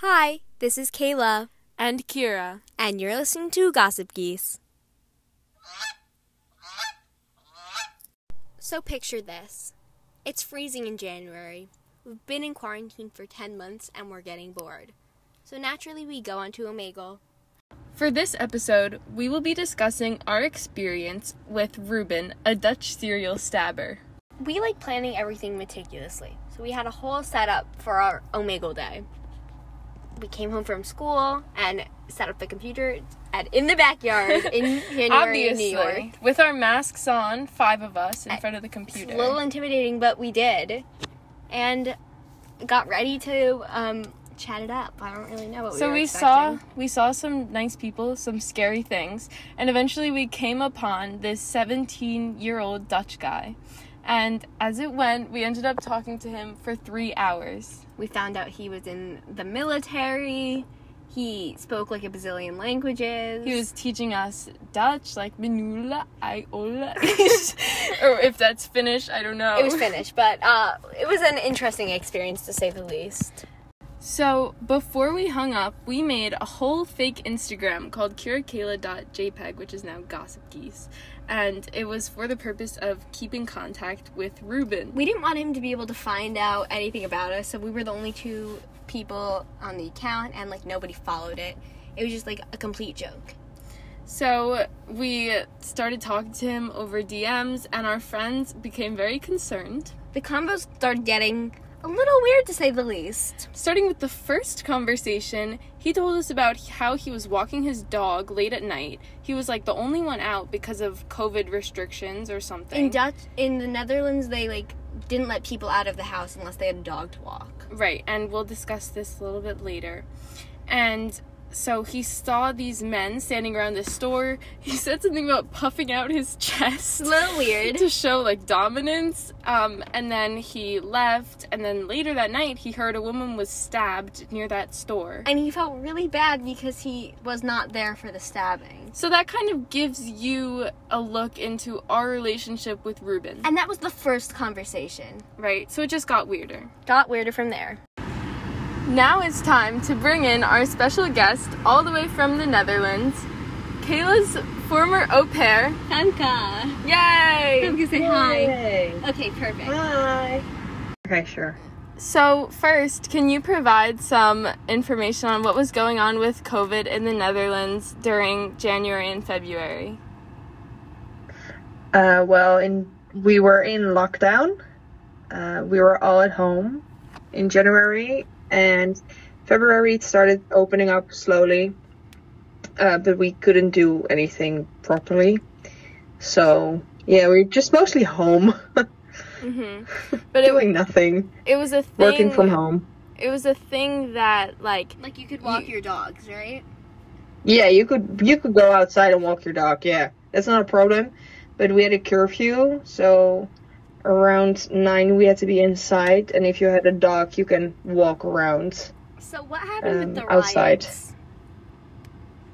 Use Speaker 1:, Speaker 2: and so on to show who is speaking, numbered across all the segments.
Speaker 1: Hi, this is Kayla,
Speaker 2: And Kira.
Speaker 1: and you're listening to Gossip Geese. So, picture this it's freezing in January. We've been in quarantine for 10 months and we're getting bored. So, naturally, we go onto Omegle.
Speaker 2: For this episode, we will be discussing our experience with Reuben, a Dutch serial stabber.
Speaker 1: We like planning everything meticulously, so we had a whole setup for our Omegle day. We came home from school and set up the computer at, in the backyard in January in New York.
Speaker 2: with our masks on, five of us in front of the
Speaker 1: It's
Speaker 2: computer.
Speaker 1: a little intimidating, but we did, and got ready to um, chat it up. I don't really know what we
Speaker 2: so
Speaker 1: were
Speaker 2: we saw
Speaker 1: expecting.
Speaker 2: we saw some nice people, some scary things, and eventually we came upon this 17-year-old Dutch guy. And as it went, we ended up talking to him for 3 hours.
Speaker 1: we found out he was in the military. He spoke like a bazillion languages.
Speaker 2: He was teaching us Dutch, like Minula, Iola. or if that's Finnish, I don't know.
Speaker 1: It was Finnish, but uh, it was an interesting experience to say the least.
Speaker 2: So before we hung up, we made a whole fake Instagram called kirakayla.jpg, which is now Gossip Geese. And it was for the purpose of keeping contact with Ruben.
Speaker 1: We didn't want him to be able to find out anything about us, so we were the only two people on the account, and like nobody followed it. It was just like a complete joke.
Speaker 2: So we started talking to him over DMs, and our friends became very concerned.
Speaker 1: The combos started getting a little weird to say the least.
Speaker 2: Starting with the first conversation, he told us about how he was walking his dog late at night. He was like the only one out because of COVID restrictions or something.
Speaker 1: In Dutch, in the Netherlands, they like didn't let people out of the house unless they had a dog to walk.
Speaker 2: right, and we'll discuss this a little bit later. And so he saw these men standing around the store. He said something about puffing out his
Speaker 1: It's
Speaker 2: chest.
Speaker 1: a little weird.
Speaker 2: to show like dominance. Um, and then he left. And then later that night, he heard a woman was stabbed near that store.
Speaker 1: And he felt really bad because he was not there for the stabbing.
Speaker 2: So that kind of gives you a look into our relationship with Ruben,
Speaker 1: And that was the first conversation.
Speaker 2: right? So it just got weirder.
Speaker 1: Got weirder from there.
Speaker 2: Now it's time to bring in our special guest, all the way from the Netherlands, Kayla's former au pair.
Speaker 1: Kanka.
Speaker 2: Yay!
Speaker 1: say hi. Okay, perfect.
Speaker 3: Hi. Okay, sure.
Speaker 2: So, first, can you provide some information on what was going on with COVID in the Netherlands during January and February?
Speaker 3: Uh, well, in we were in lockdown. Uh, we were all at home in January and February. It started opening up slowly, uh, but we couldn't do anything properly. So yeah, we were just mostly home,
Speaker 2: hmm But it,
Speaker 3: doing nothing,
Speaker 2: it was a thing.
Speaker 3: working from home.
Speaker 2: It was a thing that, like,
Speaker 1: Like you could walk
Speaker 2: You-
Speaker 1: your dogs, right?
Speaker 3: Yeah, you could you could go outside and walk your dog. Yeah, that's not a problem. But we had a curfew, so around nine we had to be inside, and if you had a dog, you can walk around.
Speaker 1: So what happened with
Speaker 3: Um,
Speaker 1: the riots?
Speaker 3: outside.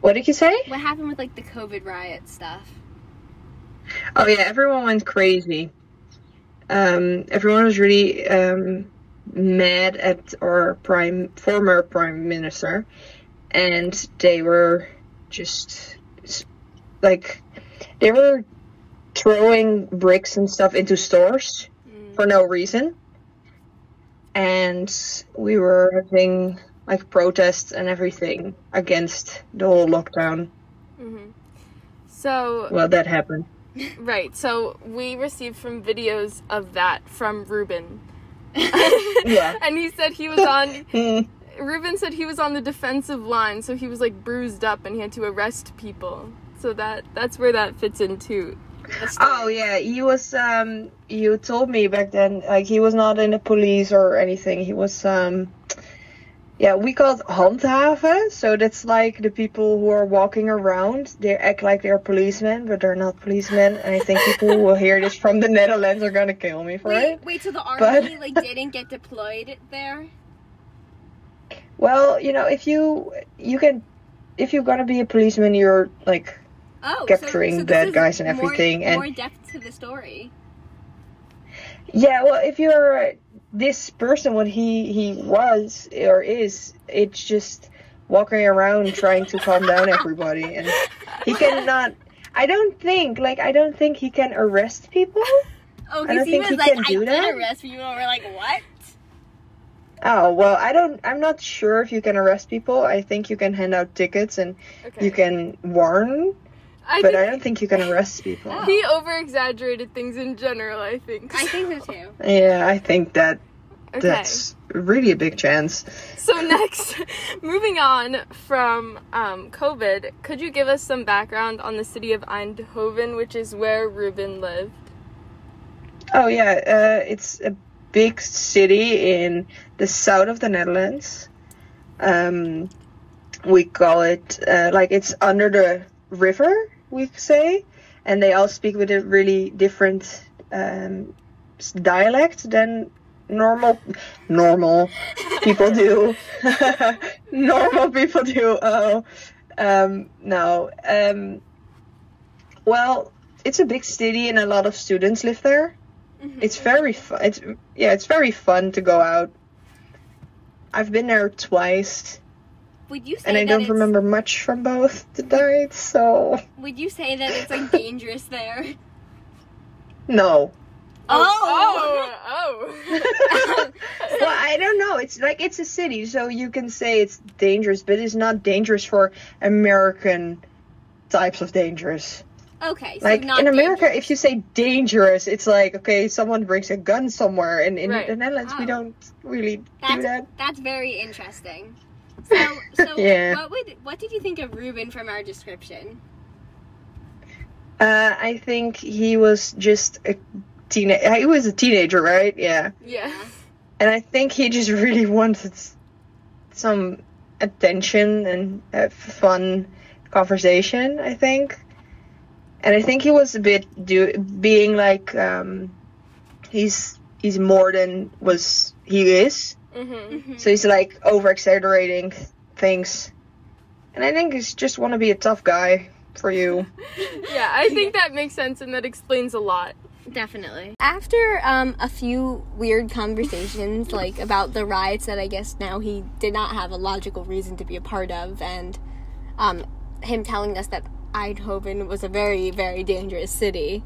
Speaker 3: What did you say?
Speaker 1: What happened with like the COVID riot stuff?
Speaker 3: Oh yeah, everyone went crazy. Um, everyone was really um, mad at our prime former prime minister, and they were just s- like they were throwing bricks and stuff into stores for no reason. And we were having like protests and everything against the whole lockdown. Mm-hmm.
Speaker 2: hmm So,
Speaker 3: Well, that happened.
Speaker 2: right. So, we received from videos of that from Ruben.
Speaker 3: Yeah.
Speaker 2: and he said he was on,
Speaker 3: Hmm.
Speaker 2: Ruben said he was on the defensive line, so he was like bruised up and he had to arrest people. So that that's where that fits in too.
Speaker 1: The story.
Speaker 3: Oh yeah, he was. Um, you told me back then, like he was not in the police or anything. He was. Um, yeah, we called handhaven. So that's like the people who are walking around. They act like they're policemen, but they're not policemen. And I think people who will hear this from the Netherlands are gonna kill me for
Speaker 1: Wait,
Speaker 3: it.
Speaker 1: wait till the
Speaker 3: But-
Speaker 1: army like didn't get deployed there.
Speaker 3: Well, you know, if you you can, if you're gonna be a policeman, you're like
Speaker 1: Oh, so-
Speaker 3: capturing
Speaker 1: so this
Speaker 3: bad
Speaker 1: is
Speaker 3: guys and
Speaker 1: more-
Speaker 3: everything, and-
Speaker 1: more depth to the story.
Speaker 3: Yeah, well, if you're uh, this person, what he he was or is, it's just walking around trying to calm down everybody, and he cannot. I don't think, like, I don't think he can arrest people.
Speaker 1: Oh,
Speaker 3: I don't
Speaker 1: because he
Speaker 3: think
Speaker 1: was
Speaker 3: he
Speaker 1: like,
Speaker 3: can
Speaker 1: I
Speaker 3: do that."
Speaker 1: did arrest people, and we're like, what?
Speaker 3: Oh well, I don't. I'm not sure if you can arrest people. I think you can hand out tickets and
Speaker 2: Okay.
Speaker 3: you can warn,
Speaker 2: I
Speaker 3: but
Speaker 2: think
Speaker 3: I don't think you can arrest people.
Speaker 1: Oh.
Speaker 2: he over exaggerated things in general, I think.
Speaker 1: I think so too.
Speaker 3: Yeah, I think that
Speaker 2: Okay.
Speaker 3: that's really a big chance.
Speaker 2: So next, moving on from um, COVID, could you give us some background on the city of Eindhoven, which is where Ruben lived?
Speaker 3: Oh yeah, uh, it's a big city in the south of the Netherlands. Um, we call it uh, like it's under the river, we say, and they all speak with a really different um, s- dialect than normal normal people do. normal people do. Oh, um, no. Um, well, it's a big city, and a lot of students live there it's very fun. It's yeah, it's very fun to go out. I've been there twice,
Speaker 1: Would you say
Speaker 3: and I
Speaker 1: that
Speaker 3: don't
Speaker 1: it's,
Speaker 3: remember much from both the nights. So
Speaker 1: Would you say that it's like dangerous there?
Speaker 3: no.
Speaker 1: Oh.
Speaker 2: Oh!
Speaker 3: well, I don't know. It's like it's a city, so you can say it's dangerous, but it's not dangerous for American types of dangerous.
Speaker 1: Oh. Okay, so
Speaker 3: Like
Speaker 1: not
Speaker 3: in America,
Speaker 1: dangerous.
Speaker 3: if you say dangerous, it's like okay, someone brings a gun somewhere, and in
Speaker 2: Right.
Speaker 3: the Netherlands we
Speaker 1: Oh.
Speaker 3: don't really do
Speaker 1: That's
Speaker 3: that.
Speaker 1: that's very interesting. So, so
Speaker 3: Yeah.
Speaker 1: what would what did you think of Ruben from our description?
Speaker 3: Uh, I think he was just a teenage. He was a teenager, right? Yeah.
Speaker 2: yeah.
Speaker 3: And I think he just really wanted s- some attention and a fun conversation. I think. And I think he was a bit do being like um, he's he's more than was he is.
Speaker 2: Mm-hmm.
Speaker 3: So he's like over exaggerating things. And I think he's just want to be a tough guy for you.
Speaker 2: Yeah, I think that makes sense and that explains a lot.
Speaker 1: Definitely. After um, a few weird conversations, like about the riots that I guess now he did not have a logical reason to be a part of, and um, him telling us that Eindhoven was a very, very dangerous city,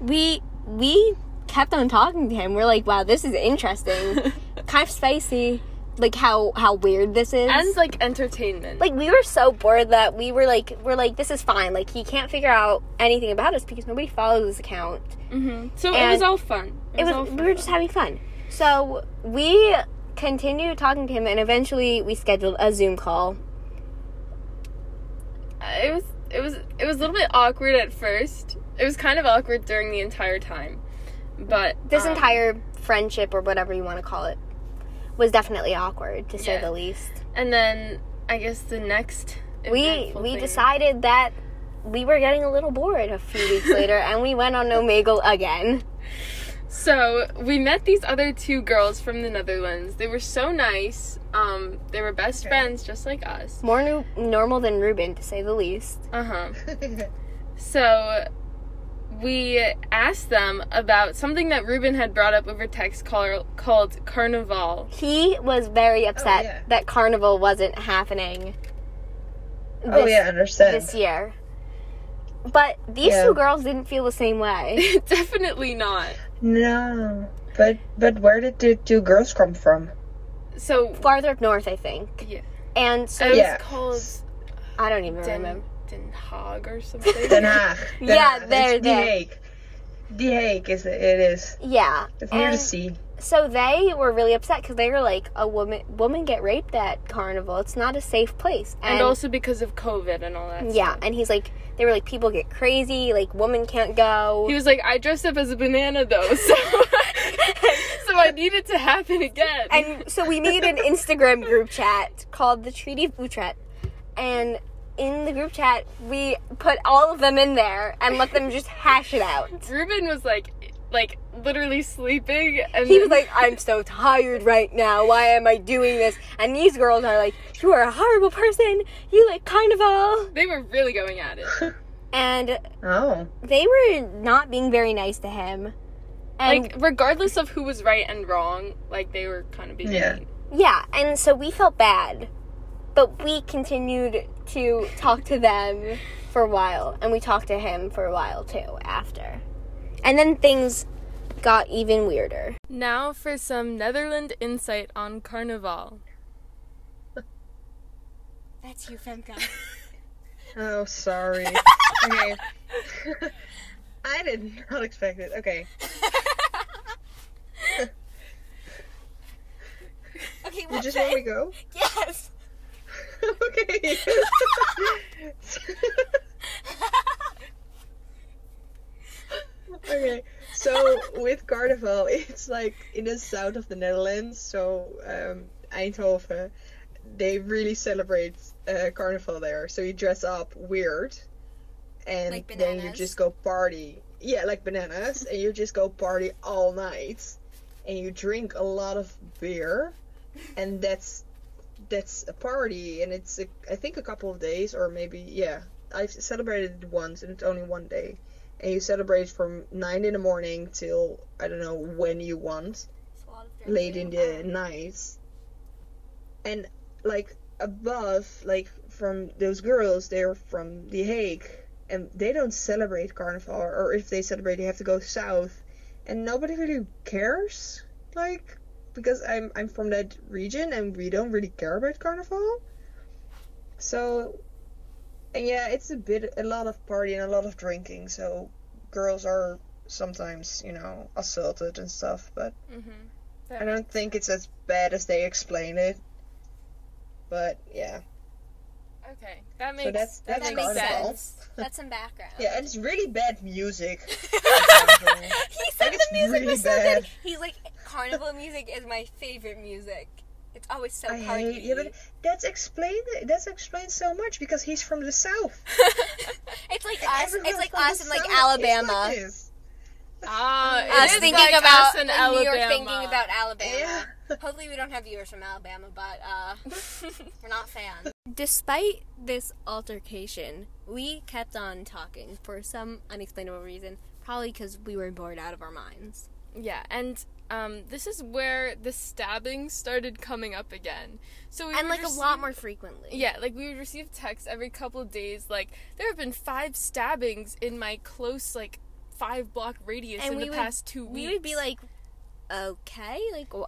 Speaker 1: we we kept on talking to him. We're like, wow, this is interesting, kind of spicy, like how how weird this is.
Speaker 2: And like entertainment.
Speaker 1: like we were so bored that we were like we're like this is fine like he can't figure out anything about us because nobody follows this account
Speaker 2: hmm So it
Speaker 1: and-
Speaker 2: was all fun.
Speaker 1: it
Speaker 2: all
Speaker 1: was
Speaker 2: fun.
Speaker 1: we were just having fun. So we continued talking to him, and eventually we scheduled a Zoom call.
Speaker 2: uh, it was it was it was a little bit awkward at first. It was kind of awkward during the entire time, but
Speaker 1: This
Speaker 2: um,
Speaker 1: entire friendship, or whatever you want to call it, was definitely awkward to say
Speaker 2: Yeah.
Speaker 1: the least.
Speaker 2: and then I guess the next
Speaker 1: We
Speaker 2: eventful
Speaker 1: we
Speaker 2: thing-
Speaker 1: decided that we were getting a little bored a few weeks later, and we went on Omegle again.
Speaker 2: So we met these other two girls from the Netherlands. They were so nice. Um, they were best friends, just like us.
Speaker 1: More nu- normal than Ruben, to say the least.
Speaker 2: Uh huh. So we asked them about something that Ruben had brought up over text call- called Carnival.
Speaker 1: He was very upset
Speaker 3: yeah.
Speaker 1: that Carnival wasn't happening.
Speaker 3: oh
Speaker 1: this-
Speaker 3: yeah, I understand.
Speaker 1: this year. But these
Speaker 3: Yeah.
Speaker 1: two girls didn't feel the same way.
Speaker 2: Definitely not.
Speaker 3: No, but but where did the two girls come from?
Speaker 2: So
Speaker 1: Farther up north, I think.
Speaker 2: Yeah. Oh,
Speaker 1: And so
Speaker 2: it was
Speaker 3: Yeah.
Speaker 2: called
Speaker 1: I don't even
Speaker 2: Den,
Speaker 1: remember.
Speaker 2: Den Haag or something.
Speaker 3: Den Haag. Den
Speaker 1: Yeah,
Speaker 3: Haag. It's
Speaker 1: there,
Speaker 3: The
Speaker 1: there.
Speaker 3: Hague. The Hague is it is.
Speaker 1: Yeah.
Speaker 3: It's near the
Speaker 1: And
Speaker 3: sea.
Speaker 1: so they were really upset because they were like, "A woman, woman get raped at carnival. It's not a safe place."
Speaker 2: and also because of COVID and all that.
Speaker 1: yeah. And he's like, they were like, "People get crazy. Like, woman can't go."
Speaker 2: He was like, I dressed up as a banana though, so so I need it to happen again.
Speaker 1: and so we made an Instagram group chat called the Treaty of Utrecht. And in the group chat, we put all of them in there and let them just hash it out.
Speaker 2: Ruben was like, like literally sleeping, and
Speaker 1: He was like, I'm so tired right now. Why am I doing this? And these girls are like, You are a horrible person. You like carnival.
Speaker 2: they were really going at it.
Speaker 1: And
Speaker 3: Oh.
Speaker 1: they were not being very nice to him. And
Speaker 2: like regardless of who was right and wrong, like they were kind of being
Speaker 3: Yeah.
Speaker 2: mean.
Speaker 1: yeah, and so we felt bad, but we continued to talk to them for a while, and we talked to him for a while too after. And then things got even weirder.
Speaker 2: Now for some Netherland insight on Carnival.
Speaker 1: That's you, Femke.
Speaker 3: Oh, sorry. okay. I did not expect it. Okay.
Speaker 1: okay,
Speaker 3: You just want me to go?
Speaker 1: Yes.
Speaker 3: okay. okay. So with Carnival, it's like in the south of the Netherlands, so um, Eindhoven, they really celebrate uh, Carnival there. So you dress up weird, and
Speaker 1: Like
Speaker 3: then you
Speaker 1: bananas?
Speaker 3: just go party. Yeah, like bananas, and you just go party all night, and you drink a lot of beer, and that's that's a party and it's a, i think a couple of days or maybe yeah i've celebrated it once and it's only one day and you celebrate from 9 in the morning till i don't know when you want late in the night and like above like from those girls they're from the hague and they don't celebrate carnival or if they celebrate they have to go south and nobody really cares like because I'm I'm from that region and we don't really care about carnival. So and yeah, it's a bit a lot of party and a lot of drinking, so girls are sometimes, you know, assaulted and stuff, but
Speaker 2: Mm-hmm.
Speaker 3: I don't think it's as bad as they explain it. But yeah.
Speaker 2: Okay, that makes
Speaker 3: So that's
Speaker 2: that,
Speaker 3: that's
Speaker 1: makes
Speaker 2: makes
Speaker 3: carnival.
Speaker 2: sense.
Speaker 1: That's some background.
Speaker 3: Yeah, and it's really bad music.
Speaker 1: he said the
Speaker 3: Like, it's
Speaker 1: music
Speaker 3: really
Speaker 1: was so good.
Speaker 3: bad.
Speaker 1: He's like, carnival music is my favorite music. It's always so
Speaker 3: I
Speaker 1: party.
Speaker 3: hate yeah, but that's explained that's explained so much because he's from the south.
Speaker 1: it's like us.
Speaker 3: Everyone
Speaker 1: It's like
Speaker 3: from the
Speaker 1: us in like
Speaker 3: south is like
Speaker 1: Alabama.
Speaker 3: this.
Speaker 2: Ah, it
Speaker 1: us
Speaker 2: is
Speaker 1: thinking
Speaker 2: like
Speaker 1: about
Speaker 2: us in
Speaker 1: like, New York,
Speaker 2: Alabama.
Speaker 1: thinking about Alabama.
Speaker 3: Yeah.
Speaker 1: Hopefully, we don't have viewers from Alabama, but uh, we're not fans. Despite this altercation, we kept on talking for some unexplainable reason. Probably because we were bored out of our minds.
Speaker 2: Yeah, and um, this is where the stabbing started coming up again. So we
Speaker 1: And
Speaker 2: would
Speaker 1: like a
Speaker 2: receive-
Speaker 1: lot more frequently.
Speaker 2: Yeah, like we would receive texts every couple of days. Like there have been five stabbings in my close like five block radius
Speaker 1: And
Speaker 2: in
Speaker 1: we
Speaker 2: the
Speaker 1: would-
Speaker 2: past two weeks.
Speaker 1: We would be like, okay, like, wha-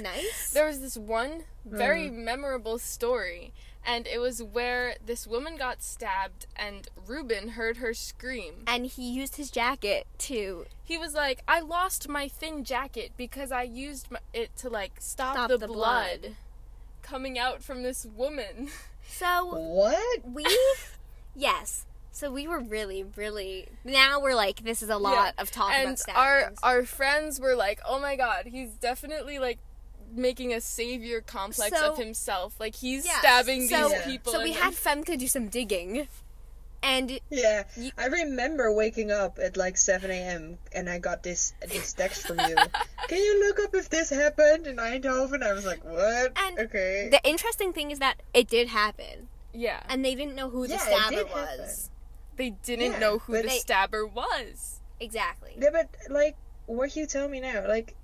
Speaker 1: nice.
Speaker 2: There was this one very memorable story, and it was where this woman got stabbed, and Ruben heard her scream.
Speaker 1: and he used his jacket to
Speaker 2: He was like, "I lost my thin jacket because I used my, it to like stop,
Speaker 1: stop
Speaker 2: the,
Speaker 1: the,
Speaker 2: blood,
Speaker 1: blood.
Speaker 2: coming out from this woman."
Speaker 1: So
Speaker 3: What?
Speaker 1: we, yes. So we were really, really. Now we're like, this is a lot of talk
Speaker 2: and
Speaker 1: about
Speaker 2: our
Speaker 1: stabbings.
Speaker 2: our friends were like, "Oh my god, he's definitely like." Making a savior complex
Speaker 1: So-
Speaker 2: of himself, like he's
Speaker 1: Yes.
Speaker 2: stabbing
Speaker 1: So-
Speaker 2: these
Speaker 3: Yeah.
Speaker 2: people.
Speaker 1: so we
Speaker 2: and
Speaker 1: had Femke do some digging, and
Speaker 3: Yeah,
Speaker 1: You-
Speaker 3: I remember waking up at like 7 a.m. and I got this this text from you. Can you look up if this happened in Eindhoven? I was like, what?
Speaker 1: And
Speaker 3: okay.
Speaker 1: the interesting thing is that it did happen,
Speaker 2: yeah,
Speaker 1: and they didn't know who the
Speaker 3: Yeah, it
Speaker 1: stabber
Speaker 3: did
Speaker 1: was.
Speaker 3: happen.
Speaker 2: they didn't
Speaker 3: Yeah,
Speaker 2: know who the
Speaker 3: but
Speaker 1: they-
Speaker 2: stabber was.
Speaker 1: Exactly.
Speaker 3: yeah, but like what you tell me now, like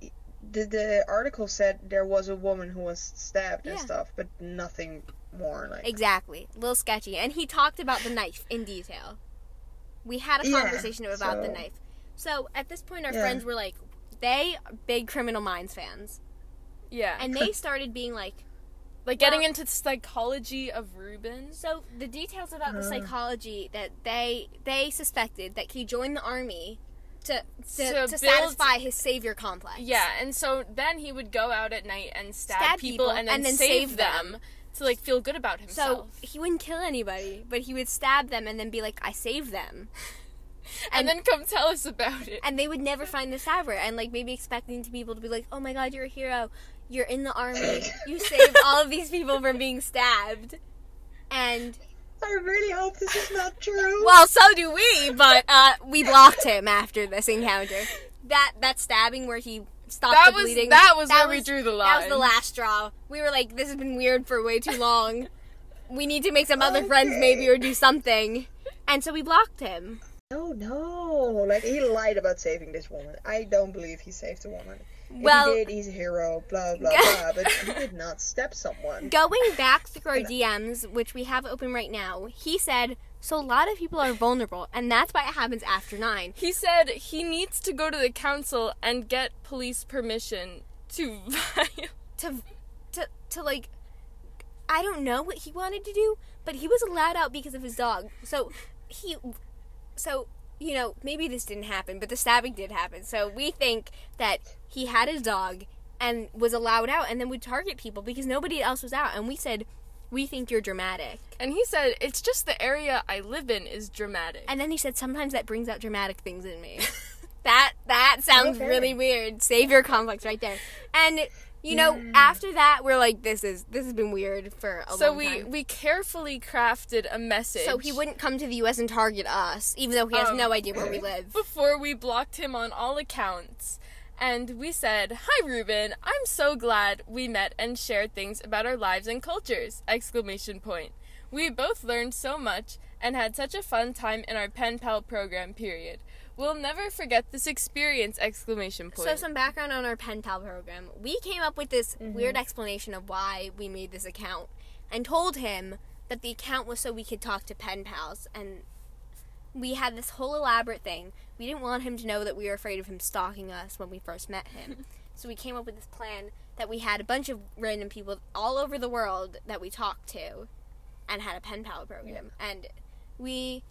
Speaker 3: the the article said there was a woman who was stabbed and
Speaker 1: Yeah.
Speaker 3: stuff, but nothing more. Like
Speaker 1: Exactly. A little sketchy. And he talked about the knife in detail. We had a
Speaker 3: Yeah,
Speaker 1: conversation about the
Speaker 3: so-
Speaker 1: knife. So at this point, our
Speaker 3: Yeah.
Speaker 1: friends were like, they are big Criminal Minds fans.
Speaker 2: Yeah,
Speaker 1: And they started being like,
Speaker 2: like getting
Speaker 1: Well-
Speaker 2: into the psychology of Rubens.
Speaker 1: so the details about the
Speaker 3: Uh.
Speaker 1: psychology that they they suspected that he joined the army to to,
Speaker 2: To
Speaker 1: to,
Speaker 2: build-
Speaker 1: satisfy his savior complex.
Speaker 2: Yeah, and so then he would go out at night and stab,
Speaker 1: Stab
Speaker 2: people,
Speaker 1: people
Speaker 2: and then,
Speaker 1: and then
Speaker 2: save,
Speaker 1: save
Speaker 2: them, to like feel good about
Speaker 1: So
Speaker 2: himself.
Speaker 1: he wouldn't kill anybody, but he would stab them and then be like, "I saved them,"
Speaker 2: and, then come tell us about it.
Speaker 1: and they would never find the stabber and like maybe expecting to people to be like oh my god you're a hero you're in the army you saved all of these people from being stabbed and
Speaker 3: I really hope this is not true.
Speaker 1: well so do we but uh we blocked him after this encounter that that stabbing where he stopped
Speaker 2: That
Speaker 1: the
Speaker 2: was
Speaker 1: bleeding
Speaker 2: that was where we drew the
Speaker 1: that
Speaker 2: line.
Speaker 1: was the last straw we were like this has been weird for way too long we need to make some other friends
Speaker 3: Okay.
Speaker 1: maybe or do something and so we blocked him
Speaker 3: No, no. Like he lied about saving this woman. I don't believe he saved the woman. If
Speaker 1: Well-
Speaker 3: he did, he's a hero, blah blah blah. but he did not stab someone.
Speaker 1: Going back through our DMs, which we have open right now, he said, so a lot of people are vulnerable, and that's why it happens after nine.
Speaker 2: He said he needs to go to the council and get police permission to violate.
Speaker 1: To, to, to like, I don't know what he wanted to do, but he was allowed out because of his dog. So he, so you know, maybe this didn't happen, but the stabbing did happen. So we think that he had his dog and was allowed out, and then would target people because nobody else was out, and we said, we think you're dramatic.
Speaker 2: And he said, it's just the area I live in is dramatic.
Speaker 1: And then he said, "Sometimes that brings out dramatic things in me." that that sounds
Speaker 3: Okay.
Speaker 1: really weird. Savior complex right there. And you know, after that, we're like, "This is this has been weird for a
Speaker 2: so
Speaker 1: long
Speaker 2: we,
Speaker 1: time."
Speaker 2: we carefully crafted a message.
Speaker 1: So he wouldn't come to the U.S. and target us, even though he has
Speaker 2: Um,
Speaker 1: no idea where we live.
Speaker 2: before we blocked him on all accounts. And we said, "Hi Ruben, I'm so glad we met and shared things about our lives and cultures." Exclamation point. We both learned so much and had such a fun time in our pen pal program period. We'll never forget this experience! Exclamation point.
Speaker 1: So some background on our pen pal program. We came up with this weird explanation of why we made this account and told him that the account was so we could talk to pen pals and we had this whole elaborate thing. We didn't want him to know that we were afraid of him stalking us when we first met him. so we came up with this plan that we had a bunch of random people all over the world that we talked to and had a pen pal program and we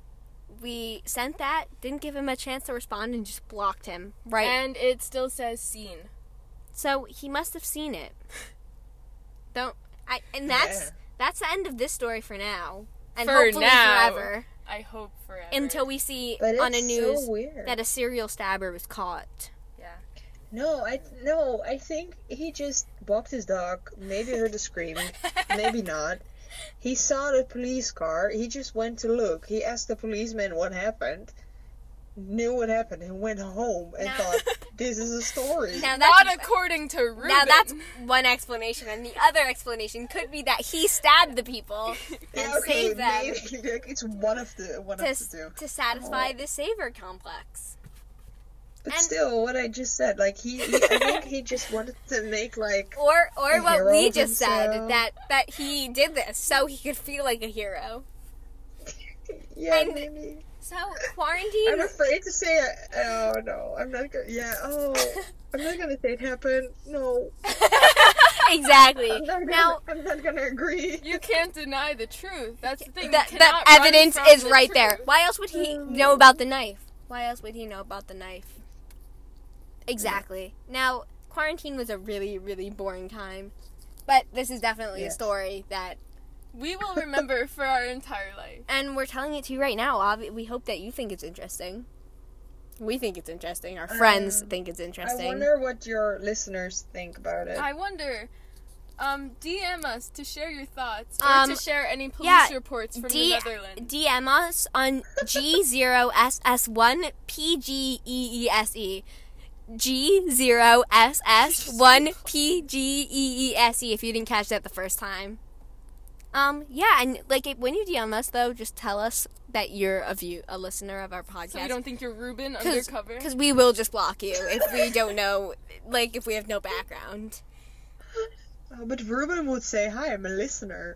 Speaker 1: we sent that, didn't give him a chance to respond and just blocked him right
Speaker 2: and it still says seen.
Speaker 1: so he must have seen it. Don't I? And that's
Speaker 3: Yeah.
Speaker 1: that's the end of this story for now, and
Speaker 2: For
Speaker 1: hopefully
Speaker 2: now.
Speaker 1: forever
Speaker 2: I hope forever.
Speaker 1: until we see
Speaker 3: But it's
Speaker 1: on a news
Speaker 3: so weird.
Speaker 1: that a serial stabber was caught.
Speaker 3: No, I no, I think he just walked his dog, maybe heard a scream, maybe not. He saw the police car, he just went to look. He asked the policeman what happened, knew what happened, and went home and
Speaker 1: Now-
Speaker 3: thought, This is a story.
Speaker 1: Now that's
Speaker 2: not according to Ruben.
Speaker 1: now that's one explanation, and the other explanation could be that he stabbed the people and
Speaker 3: Yeah, okay,
Speaker 1: saved them
Speaker 3: maybe like, it's one of the one
Speaker 1: to
Speaker 3: of the two.
Speaker 1: to satisfy the saver complex.
Speaker 3: But
Speaker 1: and-
Speaker 3: still, what I just said, like he, he I think he just wanted to make like
Speaker 1: Or or
Speaker 3: A
Speaker 1: what
Speaker 3: hero
Speaker 1: we
Speaker 3: of
Speaker 1: just said
Speaker 3: himself.
Speaker 1: that that he did this so he could feel like a hero.
Speaker 3: yeah,
Speaker 1: and-
Speaker 3: maybe.
Speaker 1: So
Speaker 3: I'm
Speaker 1: quarantine
Speaker 3: afraid to say it. Oh no, I'm not gonna. Yeah, oh, I'm not gonna say it happened. No,
Speaker 1: exactly.
Speaker 3: I'm not gonna,
Speaker 1: Now
Speaker 3: I'm not gonna agree.
Speaker 2: you can't deny the truth. That's the thing. you
Speaker 1: that,
Speaker 2: cannot
Speaker 1: that
Speaker 2: run
Speaker 1: evidence
Speaker 2: from
Speaker 1: is
Speaker 2: the
Speaker 1: right
Speaker 2: truth.
Speaker 1: there. Why else would he
Speaker 3: Mm.
Speaker 1: know about the knife? Why else would he know about the knife? Exactly. Now, quarantine was a really, really boring time, but this is definitely a
Speaker 3: Yes.
Speaker 1: story that,
Speaker 2: We will remember for our entire life.
Speaker 1: and we're telling it to you right now. Obvi- we hope that you think it's interesting. We think it's interesting. Our friends think it's
Speaker 3: Um, I
Speaker 1: interesting.
Speaker 3: wonder what your listeners think about it.
Speaker 2: I wonder. Um, DM us to share your thoughts or
Speaker 1: Um,
Speaker 2: to share any police
Speaker 1: yeah,
Speaker 2: reports from
Speaker 1: D-
Speaker 2: the Netherlands.
Speaker 1: DM us on E G0SS1PGEESE. G0SS1PGEESE E if you didn't catch that the first time. Um, yeah, and like if, when you DM us though, just tell us that you're a view a listener of our podcast.
Speaker 2: So we don't think you're Ruben
Speaker 1: Cause,
Speaker 2: undercover.
Speaker 1: 'cause we will just block you if we don't know, like if we have no background.
Speaker 3: Oh, but Ruben would say, "Hi, I'm a listener."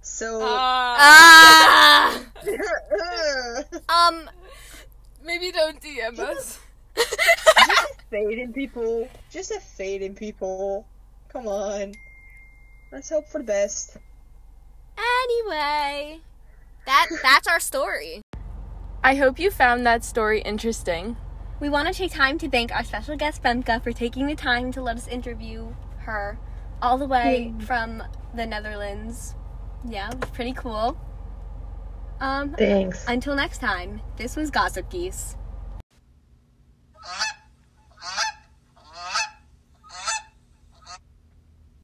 Speaker 3: So
Speaker 2: Ah,
Speaker 1: Ah! um,
Speaker 2: maybe don't DM us.
Speaker 3: just a fade in people. Just a fade in people. Come on. Let's hope for the best.
Speaker 1: anyway, that that's our story.
Speaker 2: I hope you found that story interesting.
Speaker 1: We want to take time to thank our special guest Femke for taking the time to let us interview her all the way from the Netherlands. Yeah, it was pretty cool. Um,
Speaker 3: Thanks.
Speaker 1: until next time, this was Gossip Geese.